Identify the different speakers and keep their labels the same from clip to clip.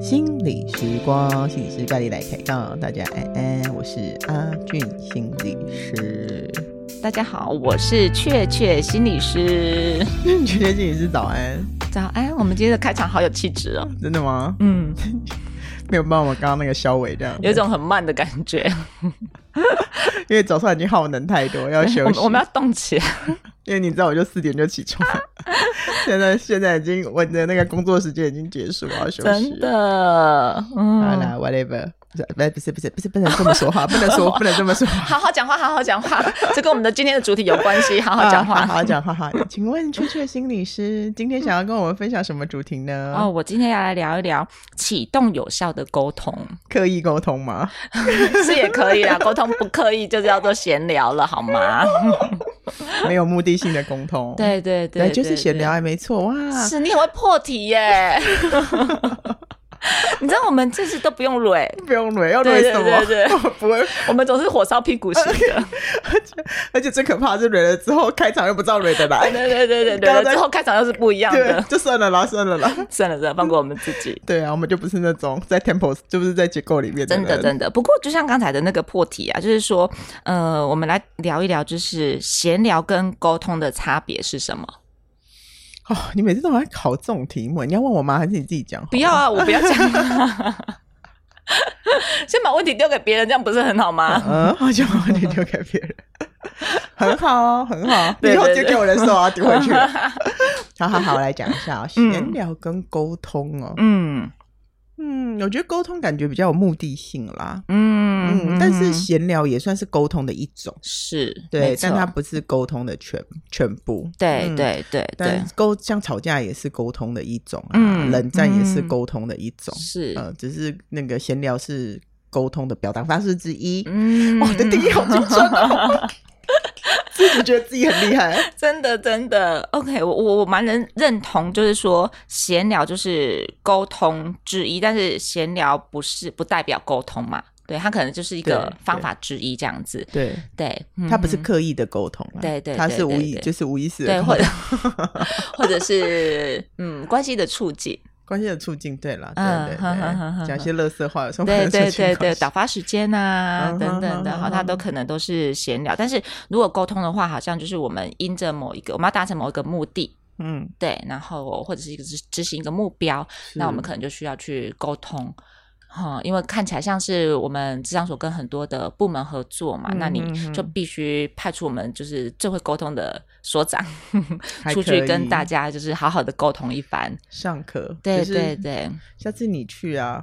Speaker 1: 心理时光，心理师怪力来开杠，大家安安，我是阿俊心理师。
Speaker 2: 大家好，我是雀雀心理师。
Speaker 1: 你觉得心理师早安？
Speaker 2: 早安，我们今天的开场好有气质哦。
Speaker 1: 真的吗？
Speaker 2: 嗯，
Speaker 1: 没有办法，刚刚那个肖伟这样，
Speaker 2: 有一种很慢的感觉。
Speaker 1: 因为早上已经耗能太多，要
Speaker 2: 我
Speaker 1: 休息。
Speaker 2: 们我们要动起来。
Speaker 1: 因为你知道，我就四点就起床，现在现在已经我的那个工作时间已经结束，我要休息。
Speaker 2: 真的，嗯，
Speaker 1: 好啦，whatever，不是不是不是不是不能这么说话，不能说不能这么说话。
Speaker 2: 好好讲话，好好讲话， 这跟我们的今天的主题有关系。好好讲
Speaker 1: 啊
Speaker 2: 话
Speaker 1: 好。好讲话，好好讲。请问雀雀心理师今天想要跟我们分享什么主题呢？
Speaker 2: 哦，我今天要来聊一聊启动有效的沟通，
Speaker 1: 刻意沟通 吗？
Speaker 2: 是也可以 啦。沟通不刻意就叫做闲聊了，好吗？
Speaker 1: 没有目的性的沟通，
Speaker 2: 对对
Speaker 1: 对，
Speaker 2: 对，
Speaker 1: 就是
Speaker 2: 对
Speaker 1: 闲
Speaker 2: 对
Speaker 1: 聊，也没错哇。
Speaker 2: 是你很会破题 耶。你知道我们这次都不用蕊，
Speaker 1: 不用蕊，要
Speaker 2: 对
Speaker 1: 蕊
Speaker 2: 对
Speaker 1: 什么？
Speaker 2: 对对
Speaker 1: 不会，
Speaker 2: 我们总是火烧屁股型 的。
Speaker 1: 而且最可怕的是蕊了之后，开场又不知道蕊的来。
Speaker 2: 对对对对
Speaker 1: 不要
Speaker 2: 对，
Speaker 1: 再
Speaker 2: 之后开场又是不一样
Speaker 1: 对
Speaker 2: 的，。
Speaker 1: 就算了啦，算了啦。
Speaker 2: 算了算了，放过我们自己。
Speaker 1: 对啊，我们就不是那种在 tempo，就是在结构里面
Speaker 2: 真的
Speaker 1: 人
Speaker 2: 真的，不过就像刚才的那个破题啊，就是说，呃，我们来聊一聊，就是闲聊跟沟通的差别是什么？
Speaker 1: 哦，你每次都来考这种题目，你要问我吗？还是你自己讲 好了？
Speaker 2: 不要啊，我不要讲。先把问题丢给别人，这样不是很好吗？
Speaker 1: 嗯，好久把问题丢给别 人，很好哦，很好。你
Speaker 2: 对
Speaker 1: 以后
Speaker 2: 对
Speaker 1: 丢
Speaker 2: 对
Speaker 1: 给我的时候，我要丢回去。 好好好，我来讲一下哦闲聊跟沟通哦。
Speaker 2: 嗯
Speaker 1: 嗯，我觉得沟通感觉比较有目的性啦。
Speaker 2: 嗯
Speaker 1: 嗯，但是闲聊也算是沟通的一种，
Speaker 2: 是
Speaker 1: 对
Speaker 2: 没，错
Speaker 1: 但它不是沟通的全全部。
Speaker 2: 对
Speaker 1: 嗯
Speaker 2: 对对对
Speaker 1: 但，沟像吵架也是沟通的一种啊，
Speaker 2: 嗯
Speaker 1: 冷战也是
Speaker 2: 嗯
Speaker 1: 沟通的一种，
Speaker 2: 是
Speaker 1: 呃，只是那个闲聊是沟通的表达方式之一。
Speaker 2: 嗯
Speaker 1: 哇，我的定义 好精准哦，自己觉得自己很厉害。
Speaker 2: 真的，真的，OK，我我我蛮能认同，就是说闲聊就是沟通之一，但是闲聊不是不代表沟通嘛，对，它可能就是一个
Speaker 1: 对
Speaker 2: 方法之一这样子，
Speaker 1: 对，
Speaker 2: 对，
Speaker 1: 他不是
Speaker 2: 嗯
Speaker 1: 刻意的沟通啊，
Speaker 2: 对对
Speaker 1: 他
Speaker 2: 对
Speaker 1: 是无
Speaker 2: 对
Speaker 1: 意，
Speaker 2: 对
Speaker 1: 就是无意识
Speaker 2: 对，
Speaker 1: 的沟
Speaker 2: 或
Speaker 1: 通
Speaker 2: 者或者是嗯关系的促进，
Speaker 1: 关系的促进。对啦，对
Speaker 2: 嗯
Speaker 1: 对
Speaker 2: 哼哼哼
Speaker 1: 对，
Speaker 2: 哼
Speaker 1: 讲一些乐色话，有时候
Speaker 2: 对
Speaker 1: 可能
Speaker 2: 对
Speaker 1: 促进
Speaker 2: 对对，
Speaker 1: 关系
Speaker 2: 打发时间啊
Speaker 1: 嗯
Speaker 2: 等等的，
Speaker 1: 嗯
Speaker 2: 好，它都可能都是闲聊，但是如果沟通的话，好像就是我们因着某一个我们要达成某一个目的。
Speaker 1: 嗯，
Speaker 2: 对，然后或者是一个执执行一个目标，那我们
Speaker 1: 是
Speaker 2: 可能就需要去沟通。哈、因为看起来像是我们智商所跟很多的部门合作嘛，那
Speaker 1: 嗯哼
Speaker 2: 你
Speaker 1: 哼
Speaker 2: 就必须派出我们就是最会沟通的所长
Speaker 1: 还
Speaker 2: 出
Speaker 1: 可
Speaker 2: 去
Speaker 1: 以
Speaker 2: 跟大家就是好好的沟通一番。
Speaker 1: 上课，
Speaker 2: 对
Speaker 1: 就是
Speaker 2: 对 对，
Speaker 1: 下次你去啊，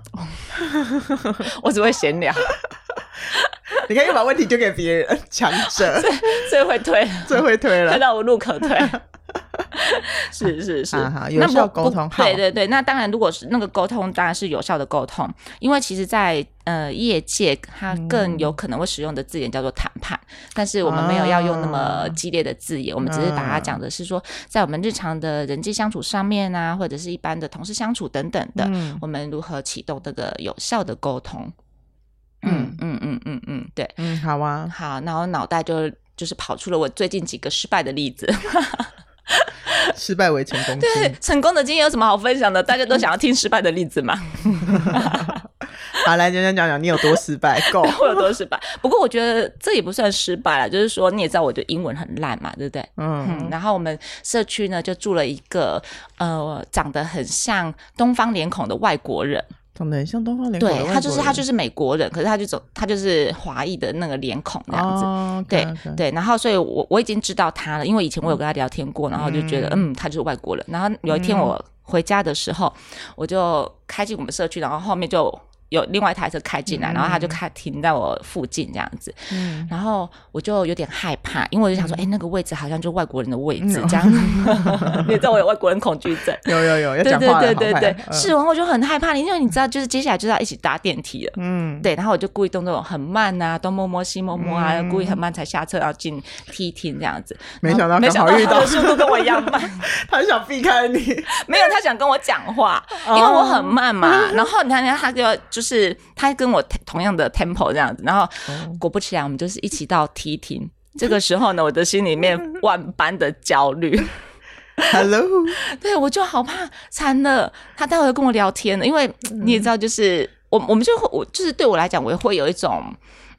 Speaker 2: 我只会闲聊，
Speaker 1: 你看又把问题丢给别人，强 者
Speaker 2: 最会推，
Speaker 1: 最会推
Speaker 2: 推
Speaker 1: 了。
Speaker 2: 到无路 可退。是是是，
Speaker 1: 啊哈有
Speaker 2: 那不
Speaker 1: 效沟
Speaker 2: 不
Speaker 1: 通好
Speaker 2: 对对对，那当然，如果是那个沟通，当然是有效的沟通，因为其实在，呃业界，它更有可能会使用的字眼叫做谈判，但是我们没有要用那
Speaker 1: 啊
Speaker 2: 么激烈的字眼，我们只是把它讲的是说，在我们日常的人际相处上面啊，或者是一般的同事相处等等的，
Speaker 1: 嗯
Speaker 2: 我们如何启动这个有效的沟通。
Speaker 1: 嗯
Speaker 2: 嗯嗯嗯嗯嗯，对。
Speaker 1: 嗯，好啊，
Speaker 2: 好，然后脑袋就就是跑出了我最近几个失败的 例子。
Speaker 1: 失败为成功之
Speaker 2: 对，成功的经验有什么好分享的？大家都想要听失败的例子嘛？
Speaker 1: 好，来讲讲讲讲，你有多失败？ 够
Speaker 2: 会有多失败？不过我觉得这也不算失败了，就是说你也知道我的英文很烂嘛，对不对？嗯，
Speaker 1: 嗯，
Speaker 2: 然后我们社区呢就住了一个呃长得很像东方脸孔的外国人，
Speaker 1: 长得很像东方脸孔的外
Speaker 2: 对
Speaker 1: 国人，
Speaker 2: 他就是他就是是美国人，可是他就走他就是华裔的那个脸孔这样子，
Speaker 1: 哦，
Speaker 2: 对
Speaker 1: OK，OK
Speaker 2: 对，然后所以我我已经知道他了，因为以前我有跟他聊天过，然后就觉得嗯他就是外国人。然后有一
Speaker 1: 嗯
Speaker 2: 天我回家的时候，我就开进我们社区，然后后面就有另外一台车开进来，然后他就开停在我附近这样子，
Speaker 1: 嗯
Speaker 2: 然后我就有点害怕，因为我就想说，哎、那个位置好像就外国人的位置
Speaker 1: 嗯
Speaker 2: 这样， 你也知道我有外国人恐惧症。
Speaker 1: 有有有，要
Speaker 2: 对
Speaker 1: 讲
Speaker 2: 对
Speaker 1: 话了
Speaker 2: 对对对，，
Speaker 1: 好快嗯
Speaker 2: 试完我就很害怕，因为你知道，就是接下来就是要一起搭电梯了。
Speaker 1: 嗯，
Speaker 2: 对，然后我就故意动作很慢啊，东摸摸西摸摸啊，
Speaker 1: 嗯
Speaker 2: 故意很慢才下车，然后进梯厅这样子。
Speaker 1: 没想到
Speaker 2: 没
Speaker 1: 刚
Speaker 2: 想
Speaker 1: 好
Speaker 2: 到
Speaker 1: 遇
Speaker 2: 他
Speaker 1: 到
Speaker 2: 的，速度跟我一样慢，
Speaker 1: 他想避开你，
Speaker 2: 没有他想跟我讲话，
Speaker 1: 哦
Speaker 2: 因为我很慢嘛。然后你看，他就
Speaker 1: 哦
Speaker 2: 就是他跟我同样的 tempo 这样子，然后果不其然，我们就是一起到梯厅。这个时候呢，我的心里 面万般的焦虑。
Speaker 1: Hello，
Speaker 2: 对我就好怕，惨了，他待会儿跟我聊天了，因为你也知道，
Speaker 1: 嗯
Speaker 2: 就是我我们就会，我就是对我来讲，我也会有一种，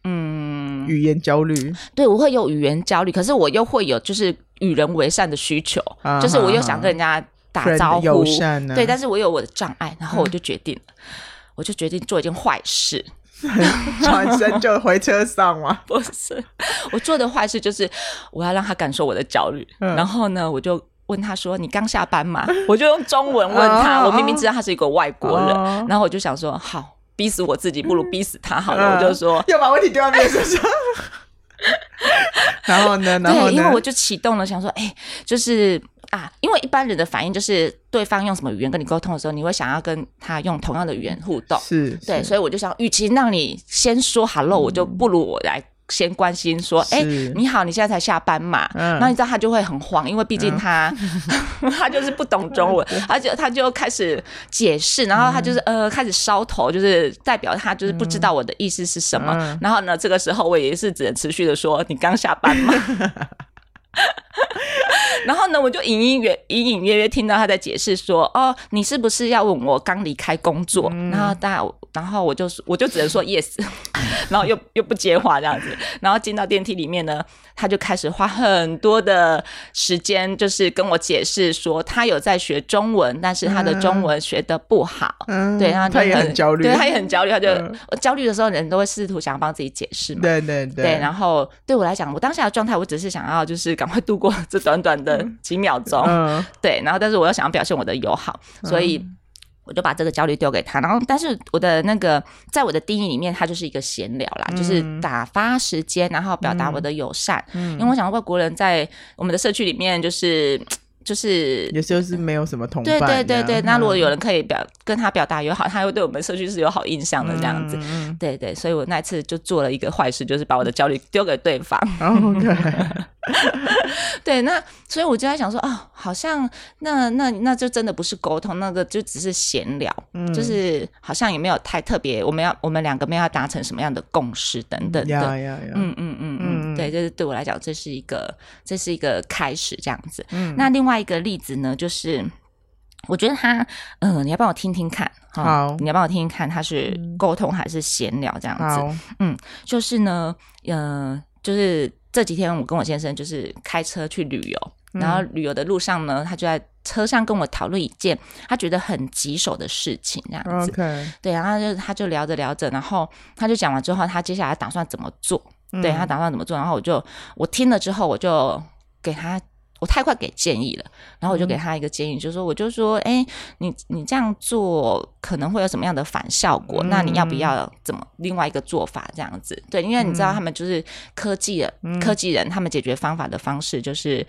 Speaker 2: 嗯，
Speaker 1: 语言焦 虑，
Speaker 2: 对我会有语言焦虑，可是我又会有就是与人为善的需求，
Speaker 1: 啊
Speaker 2: 就是我又想跟人家打招
Speaker 1: Friend 友
Speaker 2: 呼，
Speaker 1: 善啊嗯
Speaker 2: 对，但是我有我的障碍，然后我就决定了，我就决定做一件坏事，
Speaker 1: 转身就回车上嘛。
Speaker 2: 不是，我做的坏事就是我要让他感受我的焦虑。
Speaker 1: 嗯
Speaker 2: 然后呢，我就问他说：“你刚下班吗？”我就用中文问他，
Speaker 1: 哦
Speaker 2: 我明明知道他是一个外国人，
Speaker 1: 哦
Speaker 2: 然后我就想说：“好，逼死我自己不如逼死他好了。
Speaker 1: 嗯
Speaker 2: 我就说。
Speaker 1: 要把问题丢到别人身 上。然后呢？然后
Speaker 2: 对，因
Speaker 1: 呢
Speaker 2: 为？我就启动了，想说，哎、就是啊，因为一般人的反应就是对方用什么语言跟你沟通的时候，你会想要跟他用同样的语言互动。
Speaker 1: 是，
Speaker 2: 对，
Speaker 1: 是
Speaker 2: 所以我就想，与其让你先说 hello，、我就不如我来先关心说，哎、
Speaker 1: 是
Speaker 2: 你好，你现在才下班嘛？
Speaker 1: 嗯
Speaker 2: 然后你知道他就会很慌，因为毕竟他、 他就是不懂中文，他就他就开始解释，然后他就是、呃开始烧头，就是代表他就是不知道我的意思是什么。
Speaker 1: 嗯
Speaker 2: 然后呢，这个时候我也是只能持续的说，你刚下班嘛。 然后呢，我就隐隐约隐隐约约听到他在解释说：“哦，你是不是要问我刚离开工作？”然后大，然后我就我就只能说 yes，然后又又不接话这样子。然后进到电梯里面呢，他就开始花很多的时间，就是跟我解释说他有在学中文，但是他的中文学的不好。
Speaker 1: 嗯
Speaker 2: 对，然后就
Speaker 1: 他也很焦虑，
Speaker 2: 对，他也很焦虑，他就、
Speaker 1: 嗯
Speaker 2: 焦虑的时候，人都会试图想要帮自己解释嘛。
Speaker 1: 对对
Speaker 2: 对，然后对我来讲，我当下的状态，我只是想要就是赶快度过 这短短的几秒钟，
Speaker 1: 嗯，
Speaker 2: 对，然后但是我又想要表现我的友好，所以我就把这个焦虑丢给他。然后，但是我的那个在我的定义里面，它就是一个闲聊
Speaker 1: 嗯
Speaker 2: 啦，就是打发时间，然后表达我的友善。
Speaker 1: 嗯
Speaker 2: 因为我想外国人在我们的社区里面，就是就是
Speaker 1: 有时候是没有什么同伴
Speaker 2: 对
Speaker 1: 这
Speaker 2: 对
Speaker 1: 样，
Speaker 2: 对对，那如果
Speaker 1: 嗯
Speaker 2: 有人可以表跟他表达友好，他会对我们社区是有好印象的这样子。
Speaker 1: 嗯嗯
Speaker 2: 对对，所以我那一次就做了一个坏事，就是把我的焦虑丢给对方。
Speaker 1: 嗯 OK，
Speaker 2: 对，那所以我就在想说，哦，好像那那那就真的不是沟通，那个就只是闲聊，
Speaker 1: 嗯
Speaker 2: 就是好像也没有太特别，我们要我们两个没有要达成什么样的共识等等的。
Speaker 1: 呀呀呀，
Speaker 2: 嗯嗯嗯嗯，
Speaker 1: 嗯
Speaker 2: 对，就是对我来讲，这是一个这是一个开始这样子。
Speaker 1: 嗯
Speaker 2: 那另外一个例子呢，就是我觉得他，嗯、你要帮我听听看，哈
Speaker 1: 好嗯
Speaker 2: 你要帮我听听看，他是沟通还是闲聊这样子。
Speaker 1: 好，
Speaker 2: 就是呢，呃，就是这几天我跟我先生就是开车去旅游，然后旅游的路上呢，他就在车上跟我讨论一件他觉得很棘手的事情，这样子。
Speaker 1: OK，
Speaker 2: 对，然后他就他就聊着聊着，然后他就讲完之后，他接下来打算怎么做？
Speaker 1: 嗯
Speaker 2: 对他打算怎么做？然后我就我听了之后，我就给他。我太快给建议了，然后我就给他一个建议，就是说，我就说，哎、你你这样做可能会有什么样的反效果？那你要不要怎么另外一个做法这样子？对，因为你知道他们就是科技人，科技人他们解决方法的方式就是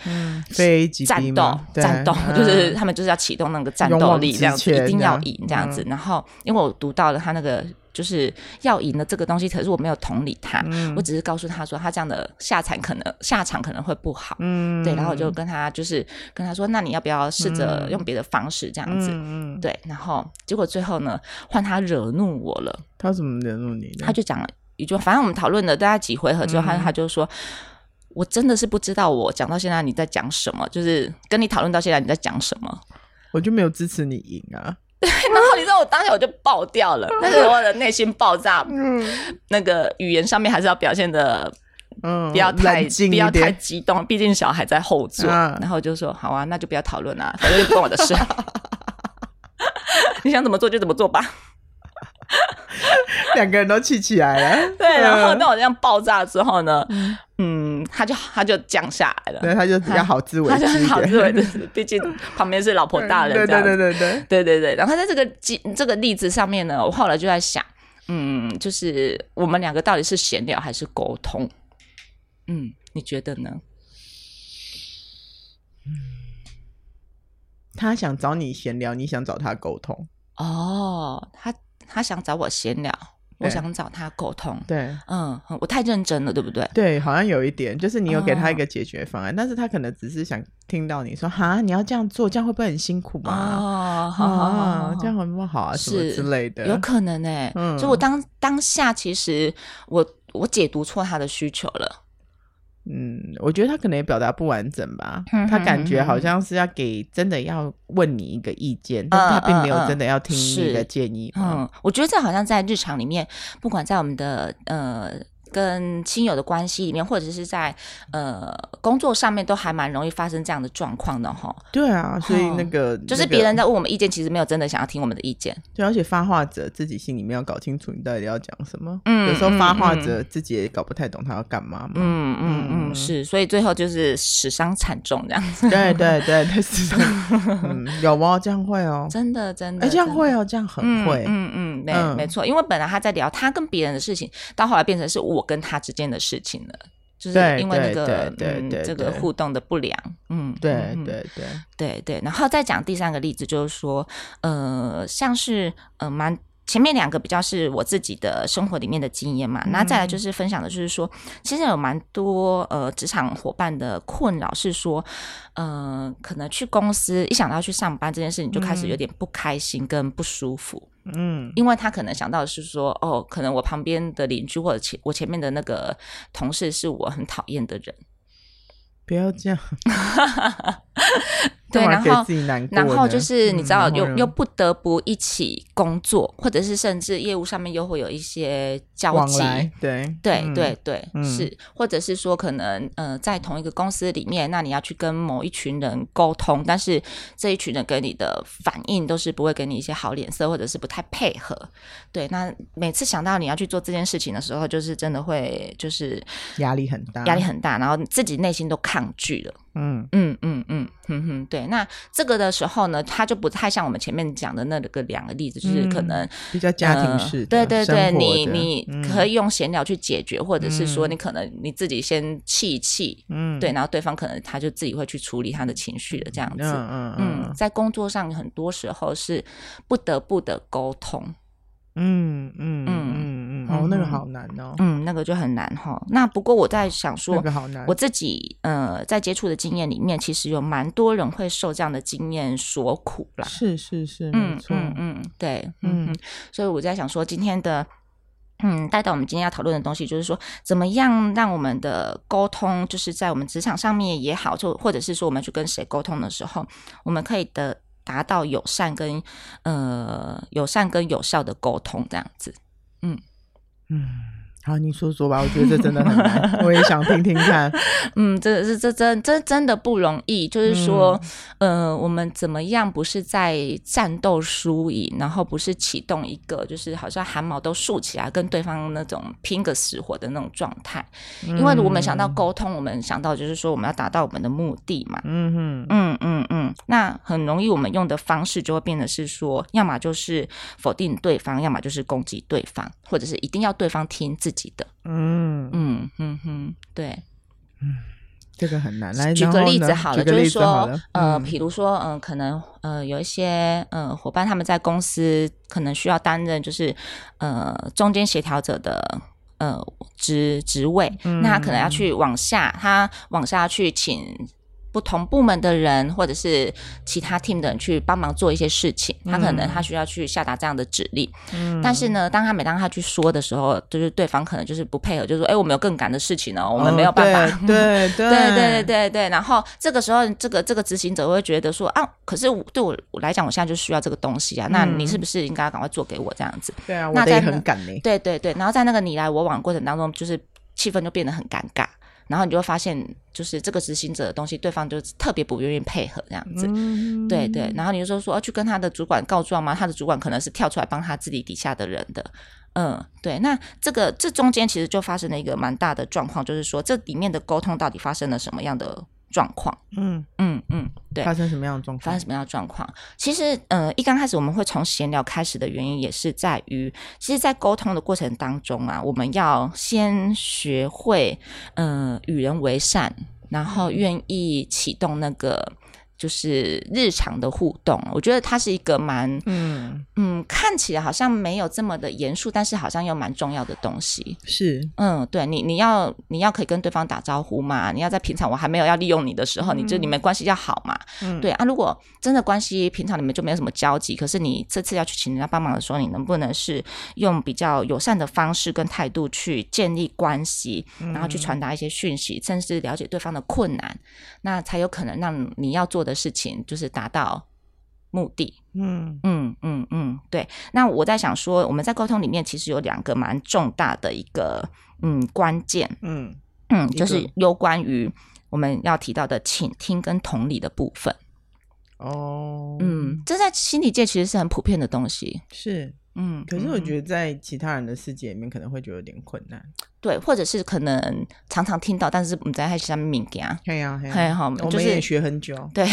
Speaker 1: 飞机
Speaker 2: 战斗，战斗就是他们就是要启动那个战斗力，这样子
Speaker 1: 嗯勇往直前嗯
Speaker 2: 一定要赢这样子。然后因为我读到了他那个就是要赢的这个东西，可是我没有同理他，
Speaker 1: 嗯
Speaker 2: 我只是告诉他说他这样的下场可能下场可能会不好。
Speaker 1: 嗯，
Speaker 2: 对，然后我就跟他就是跟他说，那你要不要试着用别的方式这样子？
Speaker 1: 嗯嗯嗯，
Speaker 2: 对，然后结果最后呢，换他惹怒我了，
Speaker 1: 他怎么惹怒你的？
Speaker 2: 他就讲了一句，反正我们讨论了大概几回合之后，
Speaker 1: 嗯
Speaker 2: 他他就说。我真的是不知道，我讲到现在你在讲什么，就是跟你讨论到现在你在讲什么。
Speaker 1: 我就没有支持你赢啊，
Speaker 2: 然后你知道我当下我就爆掉了，但是我的内心爆炸，那个语言上面还是要表现的
Speaker 1: 嗯，
Speaker 2: 不要太
Speaker 1: 冷静
Speaker 2: 不
Speaker 1: 一
Speaker 2: 要太
Speaker 1: 点，
Speaker 2: 激动，毕竟小孩在后座。
Speaker 1: 嗯
Speaker 2: 然后我就说好啊，那就不要讨论啦、反正就不关我的事。 你想怎么做就怎么做吧。
Speaker 1: 两个人都气起来 了，
Speaker 2: 对，然后
Speaker 1: 嗯
Speaker 2: 当我这样爆炸之后呢，嗯，他就他就降下来了，
Speaker 1: 对，他就比较好自为
Speaker 2: 他
Speaker 1: 之
Speaker 2: 就
Speaker 1: 一
Speaker 2: 好
Speaker 1: 点，
Speaker 2: 自为之，毕竟旁边是老婆大人
Speaker 1: 对
Speaker 2: 这样
Speaker 1: 对
Speaker 2: 子。
Speaker 1: 对对对，
Speaker 2: 对对对，然后在这个例这个例子上面呢，我后来就在想，嗯，就是我们两个到底是闲聊还是沟通？嗯，你觉得呢？
Speaker 1: 他想找你闲聊，你想找他沟通，
Speaker 2: 哦，他他想找我闲聊，我
Speaker 1: 对
Speaker 2: 想找他沟通。
Speaker 1: 对。
Speaker 2: 嗯，我太认真了，对不对？
Speaker 1: 对，好像有一点，就是你有给他一
Speaker 2: 哦
Speaker 1: 个解决方案，但是他可能只是想听到你说哈，你要这样做，这样会不会很辛苦嘛？
Speaker 2: 哦， 好好好好
Speaker 1: 啊，这样很不好啊，什么
Speaker 2: 是
Speaker 1: 之类的。
Speaker 2: 有可能哎、
Speaker 1: 嗯
Speaker 2: 所以我当当下其实我我解读错他的需求
Speaker 1: 嗯
Speaker 2: 了。
Speaker 1: 嗯，我觉得他可能也表达不完整吧，
Speaker 2: 嗯
Speaker 1: 他
Speaker 2: 哼
Speaker 1: 感觉
Speaker 2: 哼
Speaker 1: 好
Speaker 2: 哼
Speaker 1: 像是要给真的要问你一个意见，但是他
Speaker 2: 嗯
Speaker 1: 并没有
Speaker 2: 嗯
Speaker 1: 真的要听你的
Speaker 2: 是
Speaker 1: 建议嘛。
Speaker 2: 嗯，我觉得这好像在日常里面，不管在我们的呃跟亲友的关系里面，或者是在呃工作上面，都还蛮容易发生这样的状况的哈。
Speaker 1: 对啊，所以那
Speaker 2: 哦
Speaker 1: 个
Speaker 2: 就是
Speaker 1: 那个
Speaker 2: 别人在问我们意见，其实没有真的想要听我们的意见。
Speaker 1: 对，而且发话者自己心里面要搞清楚你到底要讲什么。
Speaker 2: 嗯
Speaker 1: 有时候
Speaker 2: 嗯
Speaker 1: 发话
Speaker 2: 嗯
Speaker 1: 者自己也搞不太懂他要干嘛嘛。
Speaker 2: 嗯嗯
Speaker 1: 嗯
Speaker 2: 嗯，是，所以最后就是死伤惨重这样 子。
Speaker 1: 对对对，对是这样。嗯，有哦，这样会哦，
Speaker 2: 真的真的，
Speaker 1: 哎，这样
Speaker 2: 真的
Speaker 1: 会哦，这样很
Speaker 2: 嗯
Speaker 1: 会。
Speaker 2: 嗯嗯，没
Speaker 1: 嗯
Speaker 2: 没错，因为本来他在聊他跟别人的事情，到后来变成是我跟他之间的事情了，就是
Speaker 1: 对
Speaker 2: 因为那
Speaker 1: 对
Speaker 2: 个
Speaker 1: 对对
Speaker 2: 嗯
Speaker 1: 对
Speaker 2: 这个
Speaker 1: 对
Speaker 2: 互动的不良，嗯，
Speaker 1: 对
Speaker 2: 嗯嗯
Speaker 1: 对对，
Speaker 2: 对对，然后再讲第三个例子，就是说，呃，像是呃蛮。前面两个比较是我自己的生活里面的经验嘛，那再来就是分享的，就是说，其实有蛮多呃职场伙伴的困扰是说，呃，可能去公司一想到去上班这件事情，就开始有点不开心跟不舒服。
Speaker 1: 嗯
Speaker 2: 因为他可能想到的是说，哦，可能我旁边的邻居或者前我前面的那个同事是我很讨厌的人，
Speaker 1: 不要这样，
Speaker 2: 对，
Speaker 1: 干嘛
Speaker 2: 然
Speaker 1: 给
Speaker 2: 后
Speaker 1: 自己难过
Speaker 2: 然
Speaker 1: 呢。
Speaker 2: 后就是你知道，
Speaker 1: 嗯
Speaker 2: 又
Speaker 1: 然后
Speaker 2: 又
Speaker 1: 呢
Speaker 2: 不得不一起工作，或者是甚至业务上面又会有一些交
Speaker 1: 往
Speaker 2: 集。
Speaker 1: 来，对
Speaker 2: 对
Speaker 1: 嗯
Speaker 2: 对对，
Speaker 1: 嗯
Speaker 2: 是，或者是说可能呃，在同一个公司里面，那你要去跟某一群人沟通，但是这一群人给你的反应都是不会给你一些好脸色，或者是不太配合。对，那每次想到你要去做这件事情的时候，就是真的会就是
Speaker 1: 压力很大，
Speaker 2: 压力很大，然后自己内心都抗拒了。
Speaker 1: 嗯
Speaker 2: 嗯嗯嗯嗯哼，对。那这个的时候呢，它就不太像我们前面讲的那个两个例子，就是可能、
Speaker 1: 比较嗯家庭
Speaker 2: 呃
Speaker 1: 式的、
Speaker 2: 对对
Speaker 1: 生
Speaker 2: 对，
Speaker 1: 活
Speaker 2: 你
Speaker 1: 的
Speaker 2: 你
Speaker 1: 嗯
Speaker 2: 可以用闲聊去解决，或者是说
Speaker 1: 嗯
Speaker 2: 你可能你自己先气一气，
Speaker 1: 嗯
Speaker 2: 对，然后对方可能他就自己会去处理他的情绪的这样子。
Speaker 1: 嗯
Speaker 2: 嗯，
Speaker 1: 嗯
Speaker 2: 在工作上很多时候是不得不的沟通，
Speaker 1: 嗯嗯嗯嗯嗯哦，那个
Speaker 2: 嗯
Speaker 1: 好难哦，
Speaker 2: 嗯，那个就很难哈。那不过我在想说，
Speaker 1: 那个好难
Speaker 2: 我，自己呃在接触的经验里面，其实有蛮多人会受这样的经验所苦啦。
Speaker 1: 是是是，没
Speaker 2: 嗯
Speaker 1: 错，
Speaker 2: 嗯嗯，对，
Speaker 1: 嗯
Speaker 2: 嗯嗯，所以我在想说今天的。嗯，带到我们今天要讨论的东西，就是说，怎么样让我们的沟通，就是在我们职场上面也好，就或者是说我们去跟谁沟通的时候，我们可以的达到友善跟呃友善跟有效的沟通这样子。
Speaker 1: 嗯，好，你说说吧，我觉得这真的很难，我也想听听看。
Speaker 2: 嗯，这是这真真真的不容易，就是说，呃，我们怎么样不是在战斗输赢，然后不是启动一个就是好像汗毛都竖起来跟对方那种拼个死活的那种状态， 因为我们想到沟通，我们想到就是说我们要达到我们的目的嘛。
Speaker 1: 嗯哼，
Speaker 2: 嗯嗯嗯，那很容易，我们用的方式就会变得是说，要么就是否定对方，要么就是攻击对方，或者是一定要对方听自己的。
Speaker 1: 嗯，
Speaker 2: 嗯嗯哼，对。
Speaker 1: 这个很难。来，
Speaker 2: 嗯举
Speaker 1: 然
Speaker 2: 个
Speaker 1: 后
Speaker 2: 例子
Speaker 1: 呢
Speaker 2: 好
Speaker 1: 举
Speaker 2: 了，
Speaker 1: 个
Speaker 2: 就是
Speaker 1: 例子好
Speaker 2: 说
Speaker 1: 了，
Speaker 2: 呃，
Speaker 1: 嗯
Speaker 2: 比如说，嗯、可能呃，有一些呃伙伴他们在公司可能需要担任就是呃中间协调者的呃职职位，
Speaker 1: 嗯
Speaker 2: 那他可能要去往下，他往下去请。不同部门的人，或者是其他 team 的人去帮忙做一些事情，他可能他
Speaker 1: 嗯
Speaker 2: 需要去下达这样的指令，但是呢，当他每当他去说的时候，就是对方可能就是不配合，就说：“哎、我们有更赶的事情呢、我们没有办法。
Speaker 1: 哦对对
Speaker 2: 对对对
Speaker 1: 对，
Speaker 2: 对对，然后这个时候，这个这个执行者会觉得说啊，可是我对我我来讲，我现在就需要这个东西啊，那你是不是应该赶快做给我这样子？
Speaker 1: 对啊，我
Speaker 2: 那
Speaker 1: 的也
Speaker 2: 在那
Speaker 1: 很赶呢。
Speaker 2: 对对对，然后在那个你来我往过程当中，就是气氛就变得很尴尬，然后你就会发现，就是这个执行者的东西，对方就特别不愿意配合这样子。
Speaker 1: 嗯
Speaker 2: 对对，然后你就说说、啊、去跟他的主管告状吗？他的主管可能是跳出来帮他自己底下的人的。嗯，对，那这个这中间其实就发生了一个蛮大的状况，就是说这里面的沟通到底发生了什么样的状况？
Speaker 1: 嗯，
Speaker 2: 嗯嗯，对，
Speaker 1: 发生什么样的状
Speaker 2: 发
Speaker 1: 况
Speaker 2: 生？什么样的状况？其实，呃，一刚开始我们会从闲聊开始的原因，也是在于，其实，在沟通的过程当中啊，我们要先学会，呃，与人为善，然后愿意启动那个就是日常的互动，我觉得它是一个蛮
Speaker 1: 嗯，
Speaker 2: 嗯，看起来好像没有这么的严肃，但是好像又蛮重要的东西。
Speaker 1: 是，
Speaker 2: 嗯，对你，你要你要可以跟对方打招呼嘛，你要在平常我还没有要利用你的时候，你就你们关系要好嘛。
Speaker 1: 嗯
Speaker 2: 对啊，如果真的关系平常你们就没有什么交集，可是你这次要去请人家帮忙的时候，你能不能是用比较友善的方式跟态度去建立关系，然
Speaker 1: 嗯
Speaker 2: 后去传达一些讯息，甚至了解对方的困难，那才有可能让你要做的事情就是达到目的。
Speaker 1: 嗯
Speaker 2: 嗯嗯嗯，对。那我在想说，我们在沟通里面其实有两个蛮重大的一个嗯关键，
Speaker 1: 嗯
Speaker 2: 嗯，
Speaker 1: 一
Speaker 2: 就
Speaker 1: 个
Speaker 2: 是有关于我们要提到的倾听跟同理的部分。
Speaker 1: 哦，
Speaker 2: 嗯，这在心理界其实是很普遍的东西。
Speaker 1: 是。
Speaker 2: 嗯，
Speaker 1: 可是我
Speaker 2: 得
Speaker 1: 觉得在其他人的世界里面，可能会觉得有点困难。
Speaker 2: 对，或者是可能常常听到，但是我们在还下面敏感。啊
Speaker 1: 对呀，对
Speaker 2: 嘿
Speaker 1: 呀，
Speaker 2: 好，
Speaker 1: 我
Speaker 2: 就
Speaker 1: 们
Speaker 2: 是
Speaker 1: 也学很久。
Speaker 2: 对，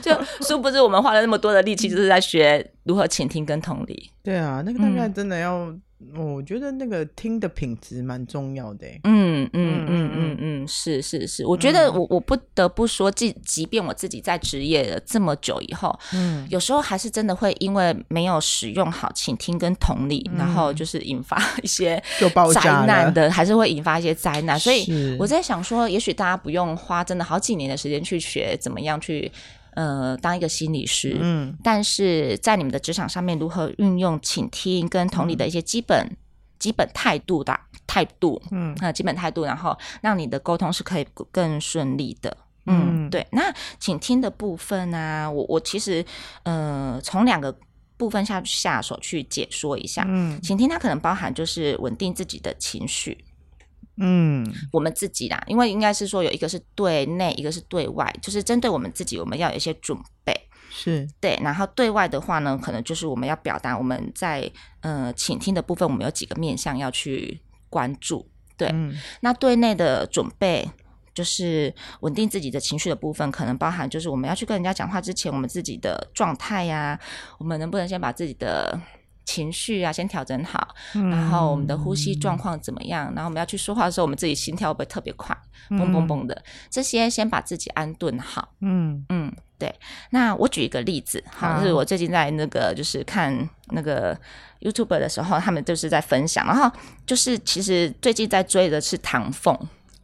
Speaker 2: 就殊不知我们花了那么多的力气，就是在学如何倾听跟同理。
Speaker 1: 对啊，那个大概
Speaker 2: 嗯
Speaker 1: 真的要，哦我觉得那个听的品质蛮重要的欸。
Speaker 2: 嗯嗯
Speaker 1: 嗯
Speaker 2: 嗯
Speaker 1: 嗯
Speaker 2: 嗯嗯，是是是，我觉得
Speaker 1: 嗯
Speaker 2: 我我不得不说，即即便我自己在职业了这么久以后，
Speaker 1: 嗯，
Speaker 2: 有时候还是真的会因为没有使用好倾听跟同理，然后就是引发 一些
Speaker 1: 就嗯爆
Speaker 2: 灾
Speaker 1: 炸
Speaker 2: 难
Speaker 1: 了。
Speaker 2: 的，还是会引发一些灾啊难。所以
Speaker 1: 是
Speaker 2: 我在想说，也许大家不用花真的好几年的时间去学怎么样去呃当一个心理师，
Speaker 1: 嗯
Speaker 2: 但是在你们的职场上面，如何运用倾听跟同理的一些基本、基本态度的态度，
Speaker 1: 嗯
Speaker 2: 呃，基本态度，然后让你的沟通是可以更顺利的。嗯，
Speaker 1: 嗯
Speaker 2: 对。那请听的部分呢、我我其实呃，从两个部分下下手去解说一下。
Speaker 1: 嗯
Speaker 2: 请听它可能包含就是稳定自己的情绪，
Speaker 1: 嗯
Speaker 2: 我们自己啦，因为应该是说有一个是对内，一个是对外，就是针对我们自己，我们要有一些准备。
Speaker 1: 是
Speaker 2: 对，然后对外的话呢，可能就是我们要表达我们在呃倾听的部分，我们有几个面向要去关注。对
Speaker 1: 嗯
Speaker 2: 那对内的准备就是稳定自己的情绪的部分，可能包含就是我们要去跟人家讲话之前，我们自己的状态呀、我们能不能先把自己的情绪啊先调整好，然后我们的呼吸状况怎么样，然后我们要去说话的时候，我们自己心跳会不会特别快，嘣嘣嘣的，这些先把自己安顿好。
Speaker 1: 嗯
Speaker 2: 嗯，对。那我举一个例子，好，
Speaker 1: 好
Speaker 2: 就是我最近在那个就是看那个 YouTube 的时候，他们就是在分享，然后就是其实最近在追的是唐凤，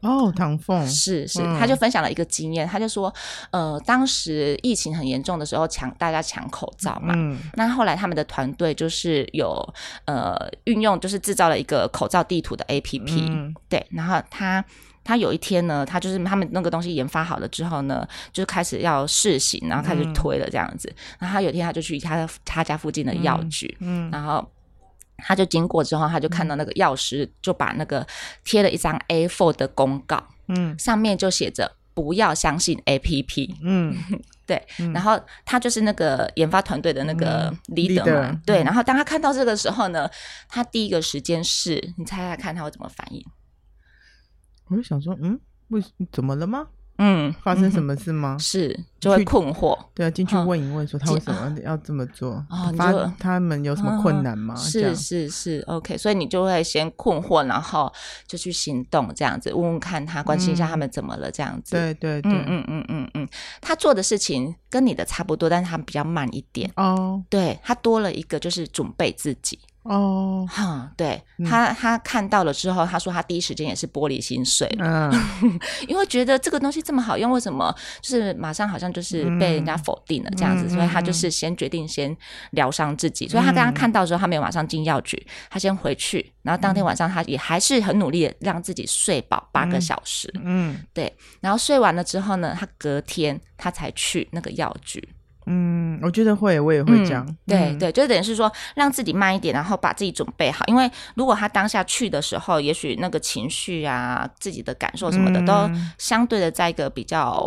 Speaker 1: 哦，唐凤
Speaker 2: 是是，
Speaker 1: 嗯
Speaker 2: 他就分享了一个经验，他就说，呃，当时疫情很严重的时候抢大家抢口罩嘛。
Speaker 1: 嗯
Speaker 2: 那后来他们的团队就是有呃运用，就是制造了一个口罩地图的 APP，、
Speaker 1: 嗯
Speaker 2: 对，然后他他有一天呢，他就是他们那个东西研发好了之后呢，就开始要试行，然后开始
Speaker 1: 嗯
Speaker 2: 推了这样子。然后他有一天他就去他的他家附近的药局，
Speaker 1: 嗯
Speaker 2: 然后。他就经过之后，他就看到那个药师就把那个贴了一张 A4 的公告，
Speaker 1: 嗯
Speaker 2: 上面就写着“不要相信 APP”。
Speaker 1: 嗯
Speaker 2: 对，
Speaker 1: 嗯
Speaker 2: 然后他就是那个研发团队的那个
Speaker 1: 嗯
Speaker 2: leader 嘛，
Speaker 1: leader，嗯
Speaker 2: 对。然后当他看到这个时候呢，他第一个时间是，你猜猜看他会怎么反应？
Speaker 1: 我就想说，嗯，为怎么了吗？
Speaker 2: 嗯，
Speaker 1: 发生什么事吗？
Speaker 2: 是就会
Speaker 1: 去
Speaker 2: 困惑，
Speaker 1: 对啊，进去
Speaker 2: 嗯
Speaker 1: 问一问，说他为
Speaker 2: 进啊
Speaker 1: 什么要这么做
Speaker 2: 哦？你
Speaker 1: 发
Speaker 2: 就嗯
Speaker 1: 他们有什么困难吗？啊这
Speaker 2: 是
Speaker 1: 样
Speaker 2: 是是，OK，所以你就会先困惑，然后就去行动，这样子问问看他，关心一下他们怎么了，这样子。
Speaker 1: 对对
Speaker 2: 嗯
Speaker 1: 对，
Speaker 2: 嗯嗯嗯嗯，他做的事情跟你的差不多，但是他比较慢一点。
Speaker 1: 哦
Speaker 2: 对他多了一个就是准备自己，
Speaker 1: 哦，
Speaker 2: 哈、对他他看到了之后，他说他第一时间也是玻璃心碎，
Speaker 1: 嗯，
Speaker 2: 因为觉得这个东西这么好用，为什么就是马上好像就是被人家否定了这样子？
Speaker 1: 嗯嗯嗯
Speaker 2: 所以他就是先决定先疗伤自己。所以他刚刚看到之后，他没有马上进药局，他先回去，然后当
Speaker 1: 嗯
Speaker 2: 天晚上他也还是很努力的让自己睡饱八个小时。
Speaker 1: 嗯
Speaker 2: 然后睡完了之后呢，他隔天他才去那个药局。
Speaker 1: 嗯，我觉得会，我也会这样
Speaker 2: 嗯。对
Speaker 1: 嗯，
Speaker 2: 对，就等于是说让自己慢一点，然后把自己准备好。因为如果他当下去的时候，也许那个情绪啊、自己的感受什么的，都
Speaker 1: 嗯
Speaker 2: 相对的在一个比较